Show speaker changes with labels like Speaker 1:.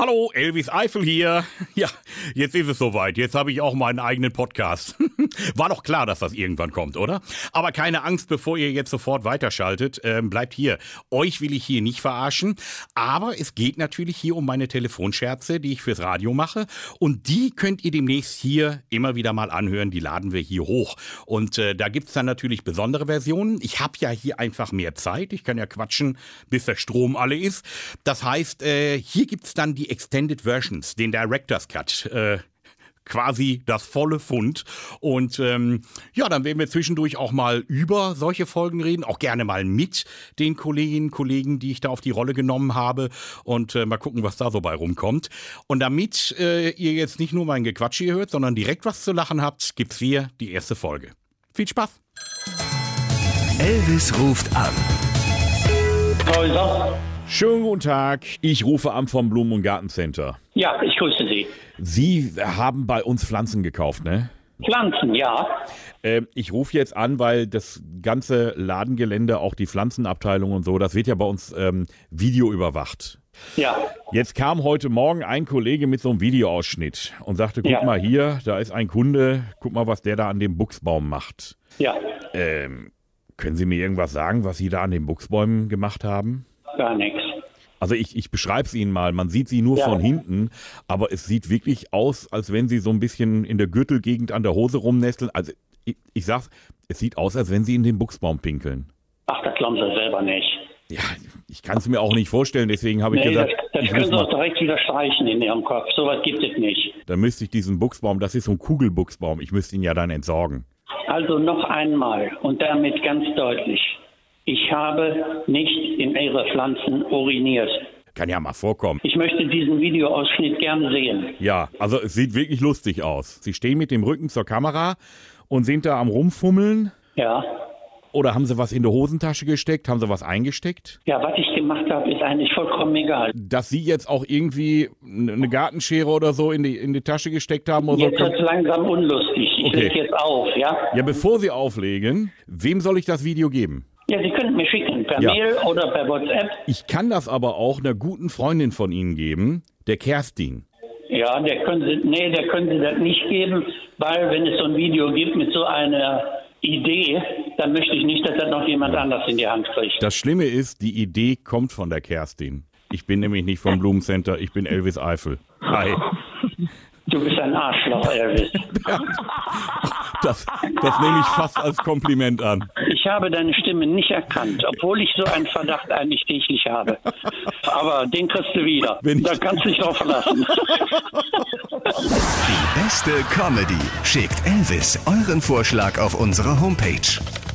Speaker 1: Hallo, Elvis Eifel hier. Ja, jetzt ist es soweit. Jetzt habe ich auch meinen eigenen Podcast. War doch klar, dass das irgendwann kommt, oder? Aber keine Angst, bevor ihr jetzt sofort weiterschaltet. Ähm, bleibt hier. Euch will ich hier nicht verarschen. Aber es geht natürlich hier um meine Telefonscherze, die ich fürs Radio mache. Und die könnt ihr demnächst hier immer wieder mal anhören. Die laden wir hier hoch. Und äh, da gibt's dann natürlich besondere Versionen. Ich habe ja hier einfach mehr Zeit. Ich kann ja quatschen, bis der Strom alle ist. Das heißt, äh, hier gibt's dann die Extended Versions, den Director's Cut. Äh, quasi das volle Fund. Und ähm, ja, dann werden wir zwischendurch auch mal über solche Folgen reden, auch gerne mal mit den Kolleginnen und Kollegen, die ich da auf die Rolle genommen habe und äh, mal gucken, was da so bei rumkommt. Und damit äh, ihr jetzt nicht nur mein Gequatsch hier hört, sondern direkt was zu lachen habt, gibt's hier die erste Folge. Viel Spaß!
Speaker 2: Elvis ruft an.
Speaker 3: Häuser.
Speaker 4: Schönen guten Tag, ich rufe an vom Blumen- und Gartencenter.
Speaker 3: Ja, ich grüße Sie.
Speaker 4: Sie haben bei uns Pflanzen gekauft, ne?
Speaker 3: Pflanzen, ja.
Speaker 4: Ähm, ich rufe jetzt an, weil das ganze Ladengelände, auch die Pflanzenabteilung und so, das wird ja bei uns ähm, videoüberwacht.
Speaker 3: Ja,
Speaker 4: Jetzt kam heute Morgen ein Kollege mit so einem Videoausschnitt und sagte, guck
Speaker 3: Ja.
Speaker 4: mal hier, da ist ein Kunde, guck mal, was der da an dem Buchsbaum macht.
Speaker 3: ja.
Speaker 4: Ähm, können Sie mir irgendwas sagen, was Sie da an den Buchsbäumen gemacht haben?
Speaker 3: Gar nichts.
Speaker 4: Also ich, ich beschreibe es Ihnen mal. Man sieht sie nur
Speaker 3: Ja.
Speaker 4: von hinten, aber es sieht wirklich aus, als wenn sie so ein bisschen in der Gürtelgegend an der Hose rumnesteln. Also ich, ich sag's, es sieht aus, als wenn sie in den Buchsbaum pinkeln.
Speaker 3: Ach, das glauben Sie selber nicht.
Speaker 4: Ja, ich kann es mir auch nicht vorstellen, deswegen habe ich
Speaker 3: Nee, das,
Speaker 4: gesagt,
Speaker 3: das
Speaker 4: ich
Speaker 3: können
Speaker 4: ruf
Speaker 3: Sie auch
Speaker 4: mal,
Speaker 3: direkt wieder streichen in Ihrem Kopf. Sowas gibt es nicht.
Speaker 4: dann müsste ich diesen Buchsbaum, das ist so ein Kugelbuchsbaum, ich müsste ihn ja dann entsorgen.
Speaker 3: Also noch einmal und damit ganz deutlich. Ich habe nicht in Ihre Pflanzen uriniert.
Speaker 4: Kann ja mal vorkommen.
Speaker 3: Ich möchte diesen Videoausschnitt gern sehen.
Speaker 4: Ja, also es sieht wirklich lustig aus. Sie stehen mit dem Rücken zur Kamera und sind da am rumfummeln.
Speaker 3: Ja.
Speaker 4: Oder haben sie was in die Hosentasche gesteckt? Haben sie was eingesteckt?
Speaker 3: Ja, was ich gemacht habe, ist eigentlich vollkommen egal.
Speaker 4: dass sie jetzt auch irgendwie n- eine Gartenschere oder so in die, in die Tasche gesteckt haben oder
Speaker 3: Jetzt
Speaker 4: so.
Speaker 3: wird es langsam unlustig. Ich
Speaker 4: Okay.
Speaker 3: leg jetzt auf, ja?
Speaker 4: Ja, bevor sie auflegen, wem soll ich das Video geben?
Speaker 3: Ja, Sie können mir schicken, per
Speaker 4: Ja.
Speaker 3: Mail oder per WhatsApp.
Speaker 4: Ich kann das aber auch einer guten Freundin von Ihnen geben, der Kerstin.
Speaker 3: Ja, der können Sie, nee, der können Sie das nicht geben, weil wenn es so ein Video gibt mit so einer Idee, dann möchte ich nicht, dass das noch jemand anders in die Hand kriegt.
Speaker 4: Das Schlimme ist, die Idee kommt von der Kerstin. Ich bin nämlich nicht vom Blumencenter, ich bin Elvis Eifel. Hi.
Speaker 3: Du bist ein Arschloch, Elvis.
Speaker 4: Das, das nehme ich fast als Kompliment an.
Speaker 3: Ich habe deine Stimme nicht erkannt, obwohl ich so einen Verdacht eigentlich täglich habe. Aber den kriegst du wieder.
Speaker 4: Wenn ich-
Speaker 3: da kannst du dich drauf verlassen.
Speaker 2: Die beste Comedy schickt Elvis euren Vorschlag auf unsere Homepage